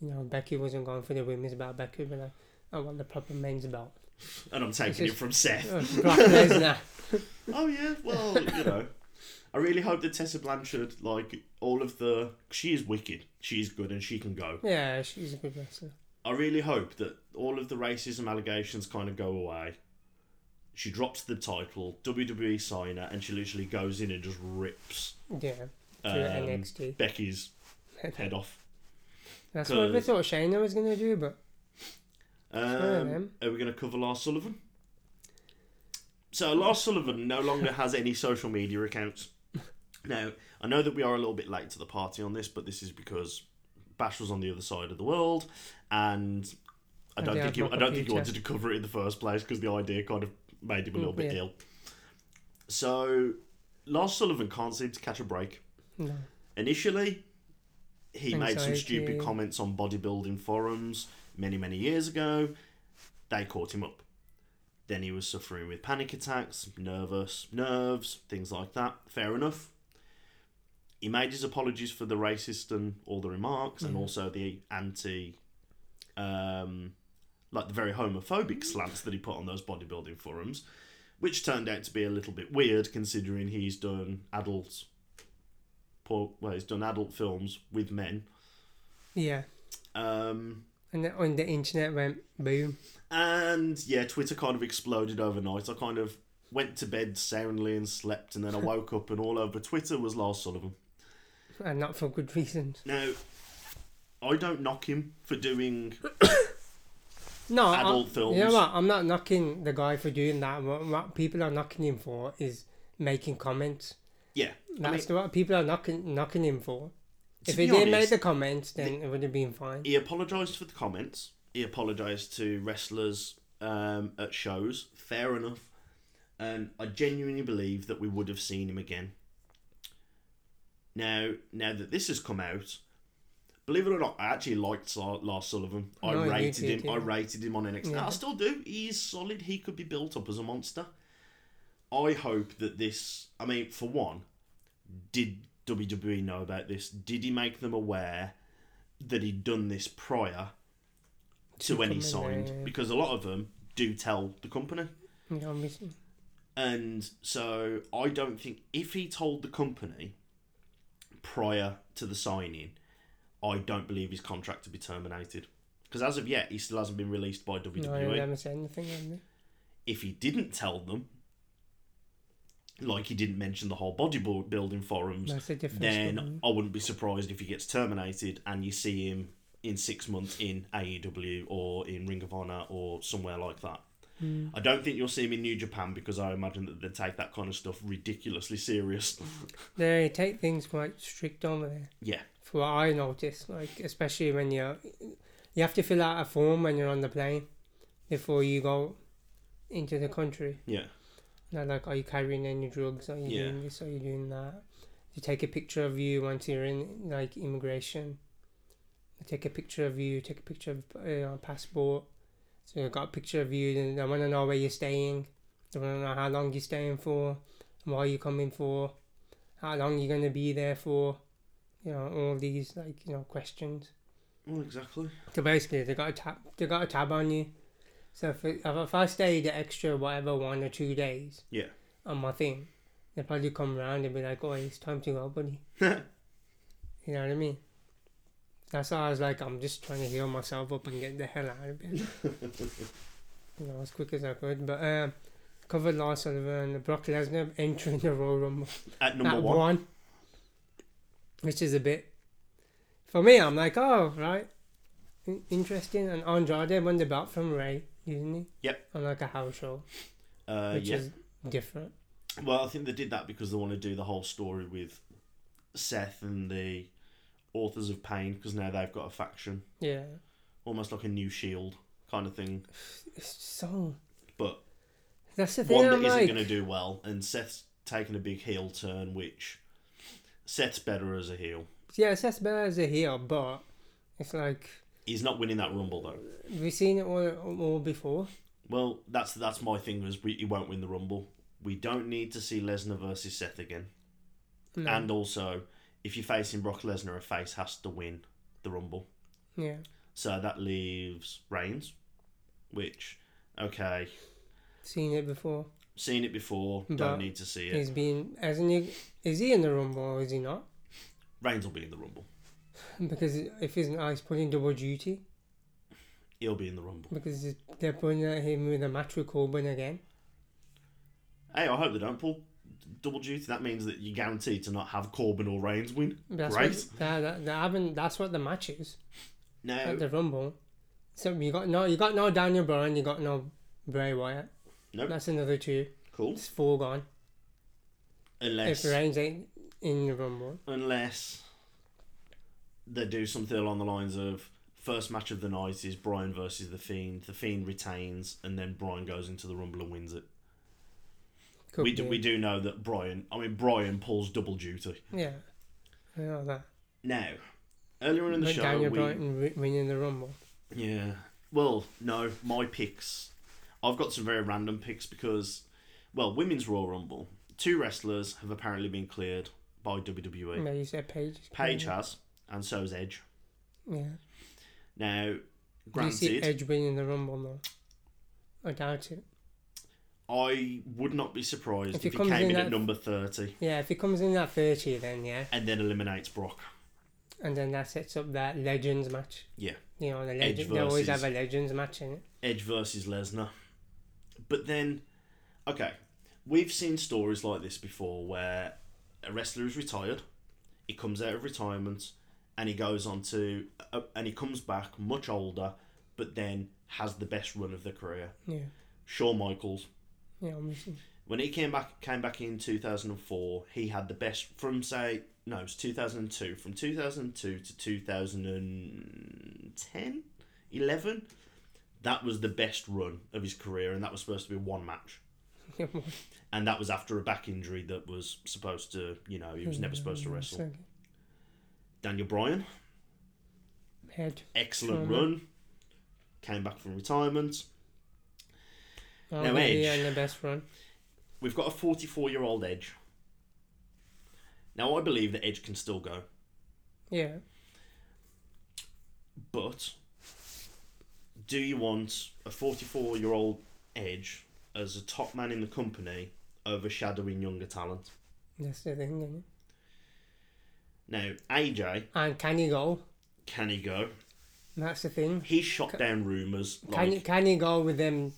you know, Becky wasn't going for the women's belt. Becky was like, I want the proper men's belt. And I'm taking it just- from Seth. Brock Lesnar. oh yeah. Well, you know. I really hope that Tessa Blanchard, like all of the, she is wicked. She's good and she can go. Yeah, she's a good wrestler. I really hope that all of the racism allegations kind of go away. She drops the title, WWE sign her, and she literally goes in and just rips Yeah, to um, NXT. Becky's head off. That's what I Cause- thought Shayna was going to do, but Um, are we going to cover Lars Sullivan? So Lars Sullivan no longer has any social media accounts. Now I know that we are a little bit late to the party on this, but this is because Bash was on the other side of the world, and I And don't they had think you no I don't think computer. you wanted to cover it in the first place because the idea kind of made him a little bit yeah. ill. So Lars Sullivan can't seem to catch a break no. initially he made some Anxiety. stupid comments on bodybuilding forums many many years ago they caught him up then he was suffering with panic attacks nervous nerves things like that fair enough he made his apologies for the racist and all the remarks and also the anti um like the very homophobic slants that he put on those bodybuilding forums which turned out to be a little bit weird considering he's done adults Paul, well, he's done adult films with men. Yeah, Um, and then when the internet went boom, and yeah, Twitter kind of exploded overnight. I kind of went to bed soundly and slept, and then I woke up, and all over Twitter was Lars Sullivan. and not for good reasons. Now, I don't knock him for doing. No, I- Adult films. You know what? I'm not knocking the guy for doing that. What, what people are knocking him for is making comments. Yeah, I mean, That's what people are knocking knocking him for. To If be he didn't make honest, the comments, then it would have been fine. he apologized for the comments. He apologized to wrestlers um, at shows. Fair enough. And I genuinely believe that we would have seen him again. Now, now that this has come out, believe it or not, I actually liked Sa- Lars Sullivan. I No, you rated did, him. I Oh, yeah. rated him on NXT. Yeah. I still do. He's solid. He could be built up as a monster. I hope that this. I mean, for one, did WWE know about this? Did he make them aware that he'd done this prior to when he come in signed? there, yeah. Because a lot of them do tell the company. You know, obviously. And so I don't think if he told the company prior to the signing, I don't believe his contract to be terminated. Because as of yet, he still hasn't been released by WWE. No, I never said anything. have they? If he didn't tell them, like he didn't mention the whole bodybuilding forums, That's a different story. then I wouldn't be surprised if he gets terminated and you see him in six months in AEW or in Ring of Honor or somewhere like that. Hmm. I don't think you'll see him in New Japan because I imagine that they take that kind of stuff ridiculously serious. Hmm. They take things quite strict over there. yeah, For what I noticed, like especially when you're, you have to fill out a form when you're on the plane before you go into the country. yeah, They're like, are you carrying any drugs? Are you Yeah. doing this? Are you doing that? They take a picture of you once you're in like immigration. They take a picture of you. Take a picture of uh, your passport. So they got a picture of you. Then they want to know where you're staying. They want to know how long you're staying for, why you're coming for, how long you're gonna be there for. You know all these like you know questions. well, exactly. So basically, they got a tab. They got a tab on you. So if, if I stayed the extra whatever one or two days, Yeah, on my thing, they probably come around and be like, "Oh, it's time to go, buddy." you know what I mean? That's why I was like, I'm just trying to heal myself up and get the hell out of it. you know, as quick as I could. But um, covered Lars Sullivan, Brock Lesnar entering the Royal Rumble at number at one. one. which is a bit for me. I'm like, oh right, In- interesting. And Andrade won the belt from Ray, didn't he? Yep. On like a house show, Uh, which yeah. is different. Well, I think they did that because they want to do the whole story with Seth and the authors of Pain because now they've got a faction, Yeah. almost like a new Shield kind of thing. It's so but That's the thing one that I'm isn't like. going to do well, and Seth's taken a big heel turn, which Seth's better as a heel. Yeah, Seth's better as a heel, but it's like He's not winning that rumble though. we've seen it all, all before. Well, that's that's my thing was we, he won't win the rumble. We don't need to see Lesnar versus Seth again. And also, if you're facing Brock Lesnar, a face has to win the rumble. Yeah, So that leaves Reigns, which okay, seen it before. seen it before. But don't need to see it. He's been hasn't he? Is he in the rumble or is he not? Reigns will be in the rumble. Because if he's not, he's putting double duty. He'll be in the rumble. Because they're putting at him with a match with Corbin again. Hey, I hope they don't pull double duty. That means that you're guaranteed to not have Corbin or Reigns win. That's Great. What, that, that, that haven't, that's what the match is No, at the Rumble. So you got no, you got no Daniel Bryan, you got no Bray Wyatt. Nope. That's another two. cool. It's four gone. Unless If Reigns ain't in the Rumble, unless they do something along the lines of first match of the night is Brian versus the Fiend. The Fiend retains, and then Brian goes into the Rumble and wins it. could we do, be. we do know that Brian. I mean, Brian pulls double duty. yeah, I know that. Now, earlier on in the But show, Daniel we Bryan wi- winning the Rumble. yeah. Well, no, my picks. I've got some very random picks because, well, women's Royal Rumble. Two wrestlers have apparently been cleared by WWE. Yeah, you said Paige. Paige has, and so has Edge. Yeah. Now, Do you granted, see Edge winning the Rumble though? I doubt it. I would not be If surprised if, he he comes came in in at at- number 30 Yeah, if he comes in at 30, then yeah. and then eliminates Brock. And then that sets up that Legends match. Yeah. You know, the Edge legend, they always versus- have a Legends match in it. Edge versus Lesnar. But then, okay, we've seen stories like this before where a wrestler is retired, he comes out of retirement, and he goes on to, uh, and he comes back much older, but then has the best run of the career. Yeah. Shawn Michaels, Yeah, obviously. when he came back came back in 2004 he had the best from say no it's 2002 from 2002 to 2010 11 that was the best run of his career and that was supposed to be one match and that was after a back injury that was supposed to you know he was never supposed to wrestle So, daniel bryan Head. excellent Sure. run came back from retirement Now Edge. And the best run. we've got a 44 year old edge now i believe that edge can still go Yeah. But do you want a 44 year old Edge as a top man in the company overshadowing younger talent? That's the thing, isn't it? Now, AJ, And can he go? can he go? That's the thing. He shot down rumours. Can Like, he, can he go with them,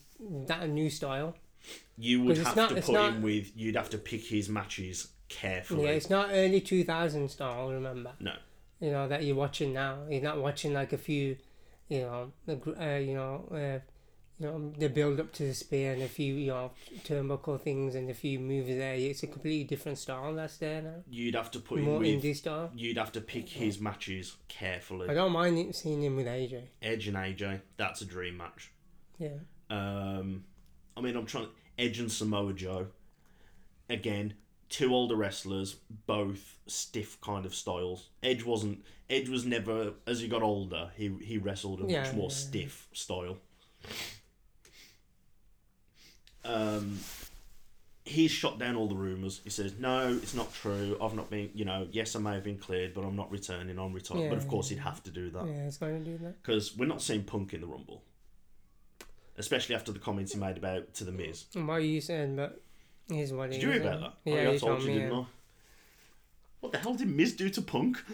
that new style? you Because would it's have not- to it's put not- him with, you'd have to pick his matches carefully. Yeah, it's not early 2000 style, remember? no. you know that you're watching now. You're not watching like a few, you know, the gr- uh, you know, uh, you know the build up to the spear and a few you know turnbuckle things and a few moves there. It's a completely different style that's there now, You'd have to put him more with, indie style. you'd have to pick his matches I carefully. don't mind it- seeing him with AJ. Edge and AJ, that's a dream match. Yeah, Um, I mean, I'm trying Edge and Samoa Joe. Again, two older wrestlers, both stiff kind of styles. Edge wasn't. Edge was never. As he got older, he he wrestled a Yeah, much more yeah, yeah. stiff style. Um, he's shot down all the rumors. He says, "No, it's not true. I've not been. You know, yes, I may have been cleared, but I'm not returning. I'm retired. Yeah, but of yeah, course, he'd have to do that yeah, it's going to do that. because we're not seeing Punk in the Rumble, especially after the comments he made about to the Miz. And What you said, but here's what it Did you is, hear about isn't it? that? Yeah, oh, yeah, I you told told you, me. didn't yeah. I? What the hell did Miz do to Punk?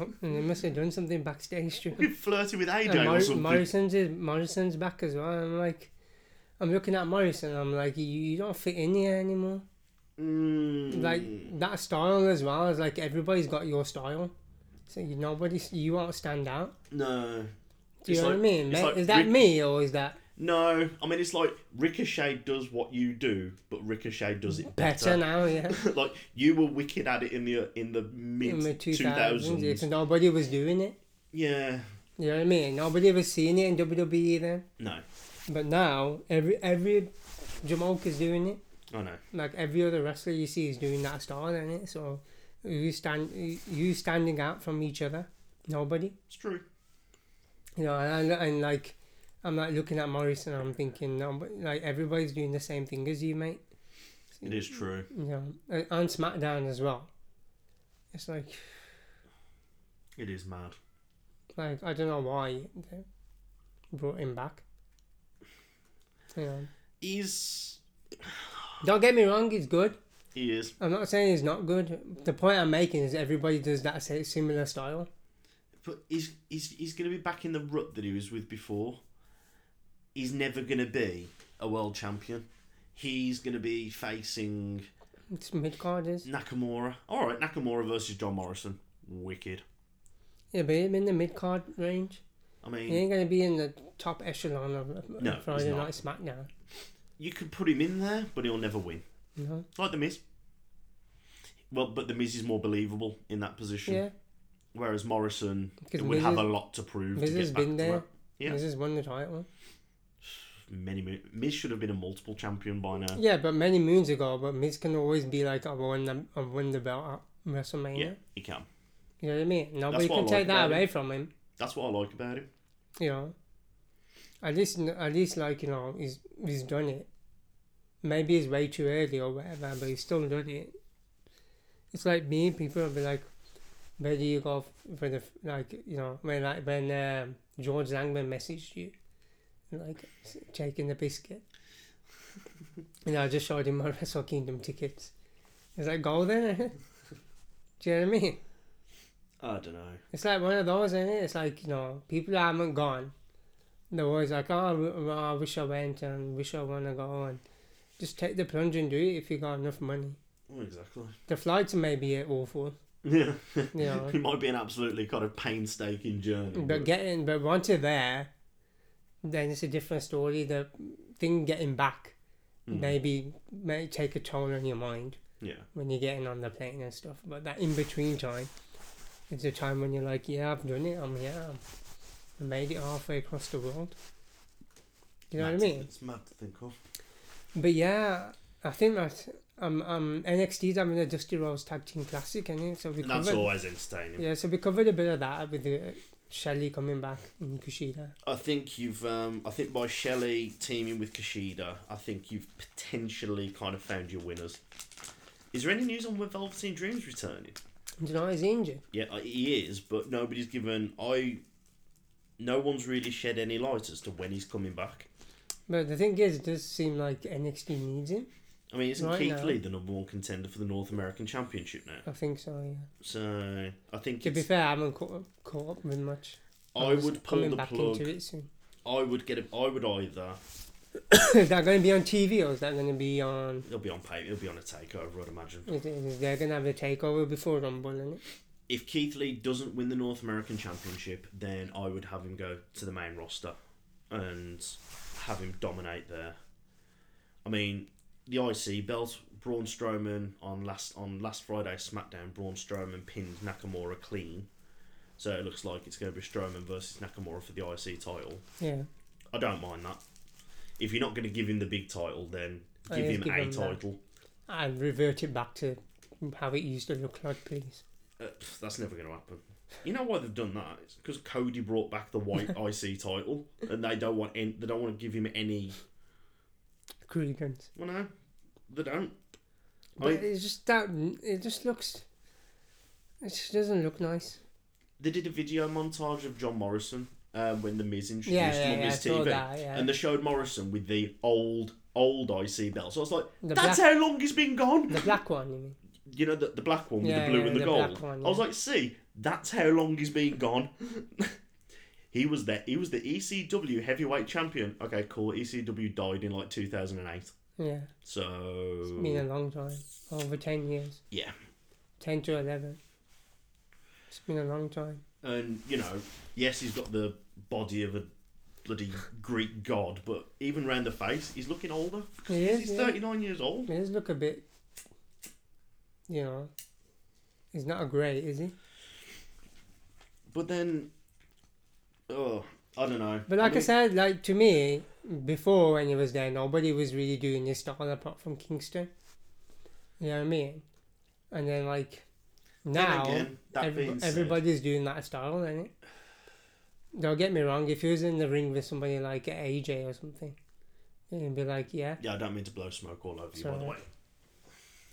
Oh, and they must have done something backstage. too. he flirted with AJ And or Mor- something. Morrison's is, Morrison's back as well. I'm like, I'm looking at Morrison. I'm like, you, you don't fit in here anymore. Mm, Like that style as well. It's like everybody's got your style, so you, nobody you won't stand out. no. Do you It's know what like- I mean? it's Ma- like is that Rick- me or is that No, I mean it's like Ricochet does what you do, but Ricochet does it better better. now? Yeah, like you were wicked at it in the in the mid in the two 2000s, yeah, thousands. 'cause nobody was doing it. Yeah, You know what I mean? Nobody was seeing it in WWE E then. no. But now every every Jamalka's doing it. I know. Like every other wrestler you see is doing that style, is it? So you stand you- you standing out from each other. Nobody. It's true. You know, and, and, and like I'm like looking at Morris and I'm thinking, no, but like everybody's doing the same thing as you, mate. It is true. You know, and on SmackDown as well. It's like It is mad. like I don't know why they brought him back. You know, He's. don't get me wrong, he's good. He is. I'm not saying he's not good. The point I'm making is everybody does that sa- similar style. But he's, he's, he's going to be back in the rut that he was with before. He's never going to be a world champion. He's going to be facing It's mid carders. Nakamura. All right, Nakamura versus John Morrison. Wicked. Yeah, but him in the mid card range. I He mean, ain't gonna be in the top echelon of of No, Friday he's Night not. SmackDown. you could put him in there, but he'll never win. You know? Like The Miz. Well, but The Miz is more believable in that position. Yeah, Whereas Morrison Because it would Miz have is- a lot to prove Miz to get has back been to there. that. Yeah. Miz has won the title. Many mo- Miz should have been a multiple champion by now. Yeah, but many moons ago. But Miz can always be like, I won the I won the belt at WrestleMania. Yeah, he can. You know what I mean? Nobody what I can like take that about him. away from him. That's what I like about him. you know, at least at least like you know he's he's done it. Maybe it's way too early or whatever, but he's still done it. It's like me. People will be like, "Where do you go f- for the f- like you know when like when um, George Langman messaged you, like s- taking the biscuit." and I just showed him my Wrestle Kingdom tickets. It's like go there. do you know what I mean? I don't know. It's like one of those, isn't it? It's like, you know, people that haven't gone. They're always like, oh, I w- well, I wish I went and wish I want to go. And just take the plunge and do it if you got enough money. Well, exactly. The flights may be awful, Yeah. you know. it might be an absolutely kind of painstaking journey. but but- getting, but once you're there, then it's a different story. The thing getting back Mm. maybe may take a toll on your mind yeah. when you're getting on the plane and stuff. But that in between time is the time when you're like, yeah, I've done it. I'm here. I'm- I made it halfway across the world. You know Mad what I to- mean? It's mad to think of. But yeah, I think that um um NXT's having a Dusty Rose Tag Team Classic, and it? so we That's covered always entertaining. yeah, so we covered a bit of that with the Shelly coming back in Kushida. I think you've. Um, I think by Shelley teaming with Kushida, I think you've potentially kind of found your winners. Is there any news on when Velveteen Dream's returning? Do you know he's injured? Yeah, uh, he is, but nobody's given. I. No one's really shed any light as to when he's coming back. But the thing is, it does seem like NXT needs him. I mean, isn't Right Keith now. Lee the number one contender for the North American Championship now? I think so. Yeah. So I think To be it's, fair, I haven't caught, caught up with much. I was would pull coming the back plug. into it soon. I would get. A, I would either. is that going to be on TV or is that going to be on? It'll be on pay. It'll be on a takeover, I'd imagine. Is, it, is they're going to have a takeover before Rumble, is it? if Keith Lee doesn't win the North American Championship, then I would have him go to the main roster and have him dominate there. I mean, the IC belt, Braun Strowman on last on last Friday's SmackDown, Braun Strowman pinned Nakamura clean. So it looks like it's going to be Strowman versus Nakamura for the IC title. Yeah. I don't mind that. If you're not going to give him the big title, then I give guess him Oh, give a him that. title. And revert it back to how it used to look like, please. Uh, pff, that's never going to happen. You know why they've done that? It's because Cody brought back the white IC title, and they don't want any, they don't want to give him any. Credence. Well, no, they don't. I But mean, it's just that, it just looks, it just doesn't look nice. they did a video montage of John Morrison um, when the Miz introduced Yeah, him yeah, on yeah, I Miz saw TV, that, yeah. and they showed Morrison with the old old IC belt. So I was like, The that's how long he's been gone. The black one, you mean? You know, the, the black one with Yeah, the blue yeah, and the, the gold. black one, I was yeah. like, see, that's how long he's been gone. He was there. He was the ECW heavyweight champion. Okay, cool. ECW died in like 2008. Yeah. It's been So a long time. Over 10 years. yeah, 10 to 11. It's been a long time. and you know, yes, he's got the body of a bloody Greek god, but even round the face, he's looking older. He is, he's yeah. 39 years old. It does look a bit, you know, he's not a great, is he? But then, oh, I don't know. But like I, mean, said, like to me, before when he was there, nobody was really doing this style apart from Kingston. You know what I mean? And then like now, then again, that everyb- being said, everybody's doing that style, isn't it? Don't get me wrong. If he was in the ring with somebody like AJ or something, he'd be like, yeah. yeah, I don't mean to blow smoke all over you, by the Sorry. way.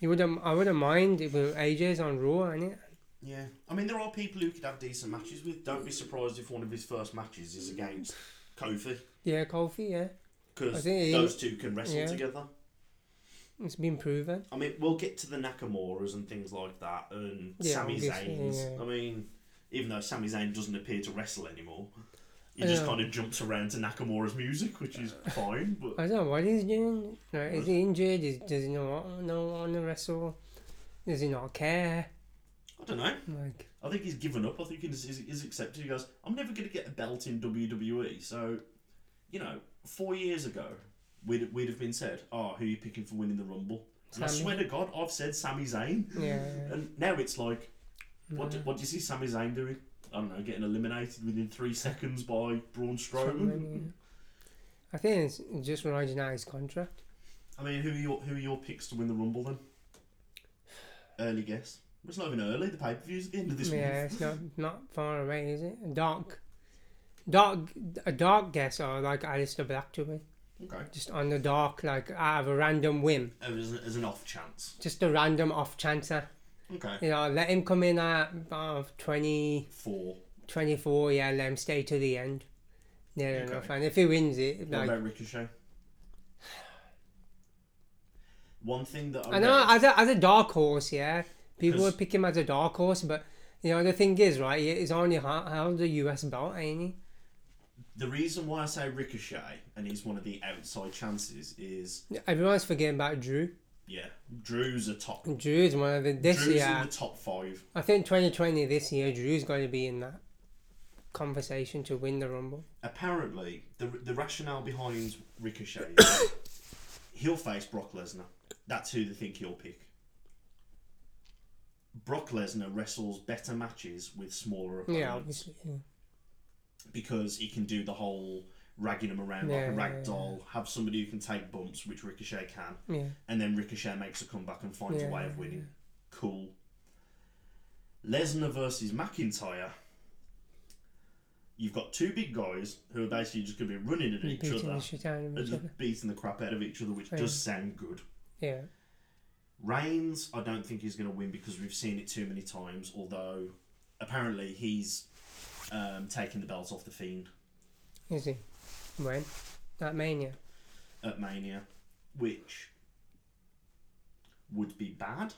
You wouldn't. I wouldn't mind if AJ's on Raw, isn't it? Yeah, I mean there are people who could have decent matches with. Don't be surprised if one of his first matches is against Kofi Yeah, Kofi. Yeah, I because think he- those two can wrestle yeah. together. it's been proven. I mean, we'll get to the Nakamura's and things like that, and Yeah, Sami obviously, Zayn's. yeah. I mean, even though Sami Zayn doesn't appear to wrestle anymore, he just Yeah. kind of jumps around to Nakamura's music, which is fine. But I don't know what he's doing. Like, is he injured? Is, does he not no want to wrestle? Does he not care? I don't know. Like, I think he's given up. I think he's, he's, he's accepted. He goes, I'm never going to get a belt in WWE. So, you know, four years ago, we'd, we'd have been said, oh, who are you picking for winning the Rumble? And I Sami. swear to God, I've said Sami Zayn. yeah, And now it's like, what, do, what do you see Sami Zayn doing? I don't know, getting eliminated within three seconds by Braun Strowman. something, yeah. I think it's just riding out his contract. I mean, who are your who are your picks to win the Rumble then? Early guess. Well, It's not even early. The pay per view's at the end of this yeah, month. it's not not far away, is it? A dark, dark, a dark guess or like Alistair Black to me, Okay. just on the dark, like out of a random whim, As, as an off chance. just a random off chancer. Okay. You know, let him come in at uh, twenty. Four. 24, yeah, let him stay to the end. Near Okay. enough. And if he wins it, What like. about Ricochet? One thing that I, I know read- as a, as a dark horse, yeah, people 'Cause- would pick him as a dark horse, but you know, the thing is, right, he- he's only ha- held the US belt, ain't he? the reason why I say Ricochet and he's one of the outside chances is Everyone's forgetting about Drew. yeah, Drew's a top. Drew's one of the. This Drew's year, in the top five. I think 2020 this year, Drew's going to be in that conversation to win the Rumble. Apparently, the the rationale behind Ricochet, is he'll face Brock Lesnar. That's who they think he'll pick. Brock Lesnar wrestles better matches with smaller opponents. Yeah, obviously. Yeah. because he can do the whole ragging him around like Yeah, a yeah, rag doll, have somebody who can take bumps, which Ricochet can, Yeah. and then Ricochet makes a comeback and finds Yeah, a way of winning. Cool. Lesnar versus McIntyre. You've got two big guys who are basically just going to be running at each Beating other the shit out of and each other. just beating the crap out of each other, which does sound good. Yeah. Reigns, I don't think he's going to win because we've seen it too many times. Although apparently he's um, taking the belt off the Fiend. Is he? When? That Mania. at Mania, which would be bad,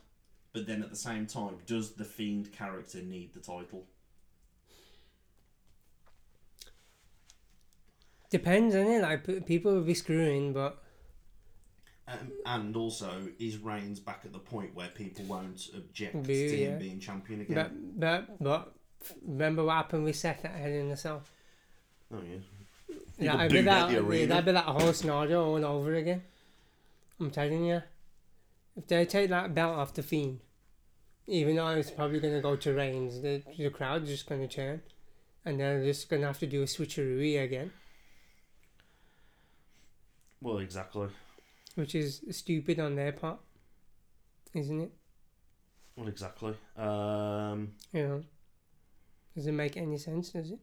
but then at the same time, does the Fiend character need the title? Depends, on it? Like p- people will be screwing, but Um, and also, is Reigns back at the point where people won't object Boo, to him yeah. being champion again? but but but remember what happened with Seth at Hell in a Cell? Oh, yeah. Yeah, got I'd be booed out that, the yeah, arena. that'd be like a whole scenario all over again. I'm telling you, if they take that belt off the Fiend, even though it's probably gonna go to Reigns, the the crowd's just gonna turn, and they're just gonna have to do a switcheroo again, Well, exactly. which is stupid on their part, isn't it? Well, exactly. Um, You know, does it make any sense? Does it?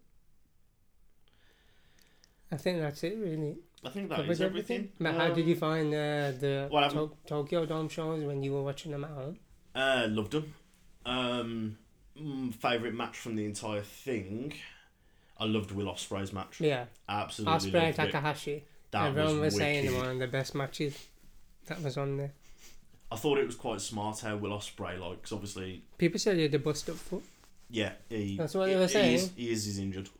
I think that's it, really. I think that Covers is everything. But how did Um, you find uh, the Well, I haven't- to- Tokyo Dome shows when you were watching them at home? Uh, loved them. Um, mm, favorite match from the entire thing. I loved Will Ospreay's match. Yeah, Absolutely Osprey loved it. Takahashi. That Everyone was, was saying wicked. one of the best matches that was on there. I thought it was quite smart how Will Ospreay, like, 'cause obviously, People said he had the bust up foot. yeah, he, That's what they he- were He is, saying. he is he's injured.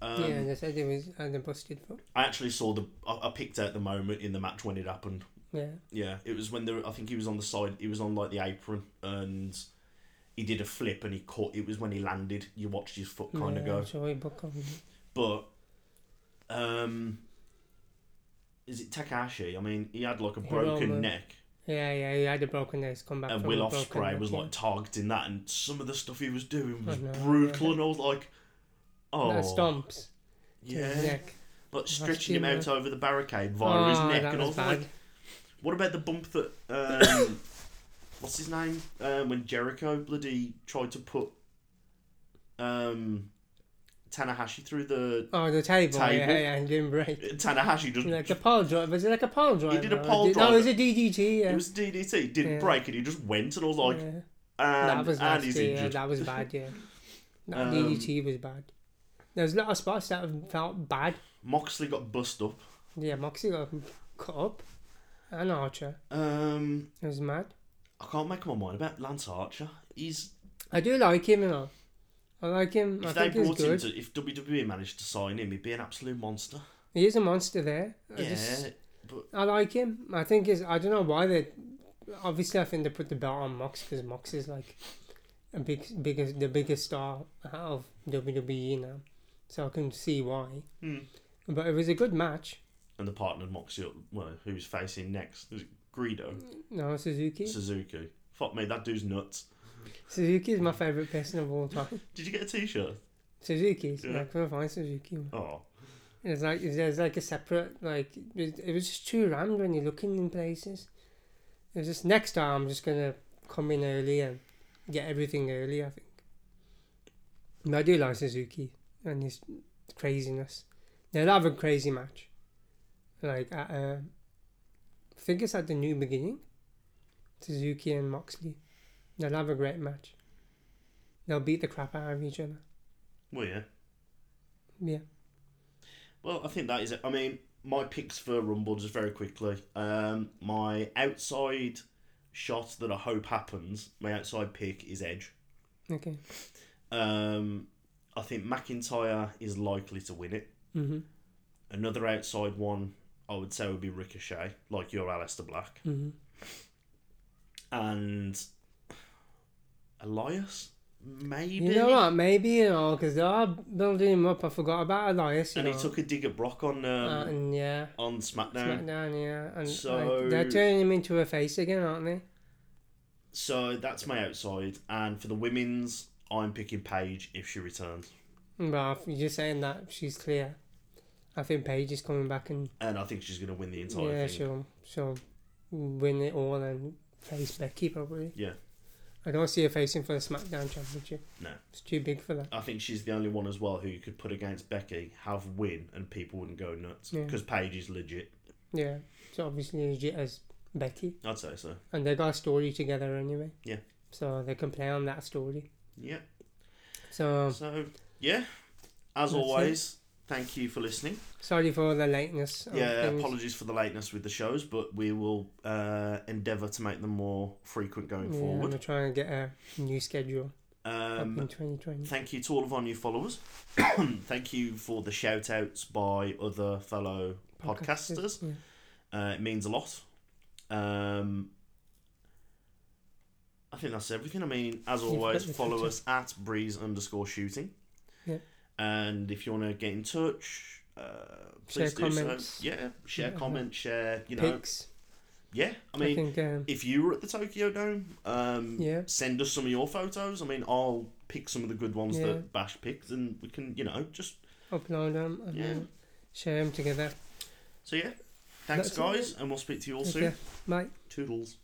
Um, yeah, they said he was had the busted foot. I actually saw the. I, I picked out the moment in the match when it happened. Yeah, Yeah, it was when the. I think he was on the side. He was on like the apron and he did a flip and he caught. It was when he landed. You watched his foot kind yeah, of go. So he booked him. But um, is it Takashi? I mean, he had like a He broken rolled, uh, neck. Yeah, yeah, he had a broken nose. Come back. and from Will a broken Ospreay neck, was yeah. like targeting that, and some of the stuff he was doing was I know, brutal, and I was like, "Oh, That stomps. to his yeah." neck. but stretching him too out over the barricade via his Oh, neck that and all was that. bad. What about the bump that um, what's his name um, when Jericho bloody tried to put um, Tanahashi through the Oh, the table, Yeah, Table. yeah, and didn't break. Tanahashi just Like a pole driver. Was it like a pole driver? did a pole No, it was a DDT. Yeah. it was DDT didn't Yeah. break and he just went and I was like Yeah. that and, was and he's nasty. Yeah, injured that was bad. Yeah, that Um, DDT was bad. There was a lot of spots that felt bad. Moxley got bust up Yeah, Moxie got cut up, and Archer. um, It was mad. I can't make up my mind about Lance Archer he's I do like him, you know. I like him. I if they think he's brought him good. to if WWE managed to sign him he'd be an absolute monster He is a monster there. I yeah just, but I like him. I think is I don't know why they. Obviously, I think they put the belt on Mox because Mox is like a big, biggest, the biggest star out of WWE now. So I can see why. hmm. But it was a good match. and the partner Moxie, well, who's facing next? Is it Greedo? No, Suzuki. Suzuki. Fuck me, that dude's nuts. Suzuki is my favorite person of all time. Did you get a T-shirt? Suzuki's. Yeah. I couldn't find Suzuki. one. Oh, It's like there's like a separate like it, it was just too rammed when you're looking in places. It was just next time I'm just gonna come in early and get everything early. I think. But I do like Suzuki and his craziness. They'll have a crazy match. Like at, uh, I think it's at the new beginning. Suzuki and Moxley. They'll have a great match. They'll beat the crap out of each other. well, yeah. Yeah. Well, I think that is it. I mean, my picks for Rumble just very quickly. Um, my outside shot that I hope happens. My outside pick is Edge. Okay. Um, I think McIntyre is likely to win it. Mhm. Another outside one, I would say, would be Ricochet, like your Alistair Black. Mhm. and Elias, maybe. You know what? Maybe you know because they are building him up. I forgot about Elias. You And he know. took a dig at Brock on Uh, um, and yeah, on SmackDown. SmackDown. Yeah, and So- like, they're turning him into a face again, aren't they? So that's my outside. And for the women's, I'm picking Paige if she returns. Well, if you're just saying that she's clear. I think Paige is coming back and And I think she's going to win the entire yeah, thing. she'll she'll win it all and face Becky probably. Yeah. I don't see her facing for the SmackDown Championship. No. it's too big for that. I think she's the only one as well who you could put against Becky, have win, and people wouldn't go nuts. Yeah. Because Paige is legit. Yeah, so obviously legit as Becky, I'd say so. and they got a story together anyway. Yeah. So they can play on that story. Yeah. So So, yeah. Um, That's As it. always, thank you for listening. Sorry for the lateness. of Yeah, things. apologies for the lateness with the shows, but we will uh, endeavour to make them more frequent going Yeah, forward. We're trying to get a new schedule up in Um, 2020. thank you to all of our new followers. thank you for the shout outs by other fellow podcasters. Yeah. Uh, it means a lot. Um, I think that's everything. I mean, as You've always, got the follow picture. us at breeze underscore shooting. Yeah. And if you want to get in touch, uh, Share please do comments. so. Yeah, share Yeah. comments, share, you know. Picks. Yeah, I I, mean, think. Um, if you were at the Tokyo Dome, um, Yeah. send us some of your photos. I mean, I'll pick some of the good ones Yeah. that Bash picked, and we can, you know, just upload them and Yeah. then share them together. so yeah. Thanks, That's all guys, and we'll speak to you all Take soon. care. Bye. Toodles.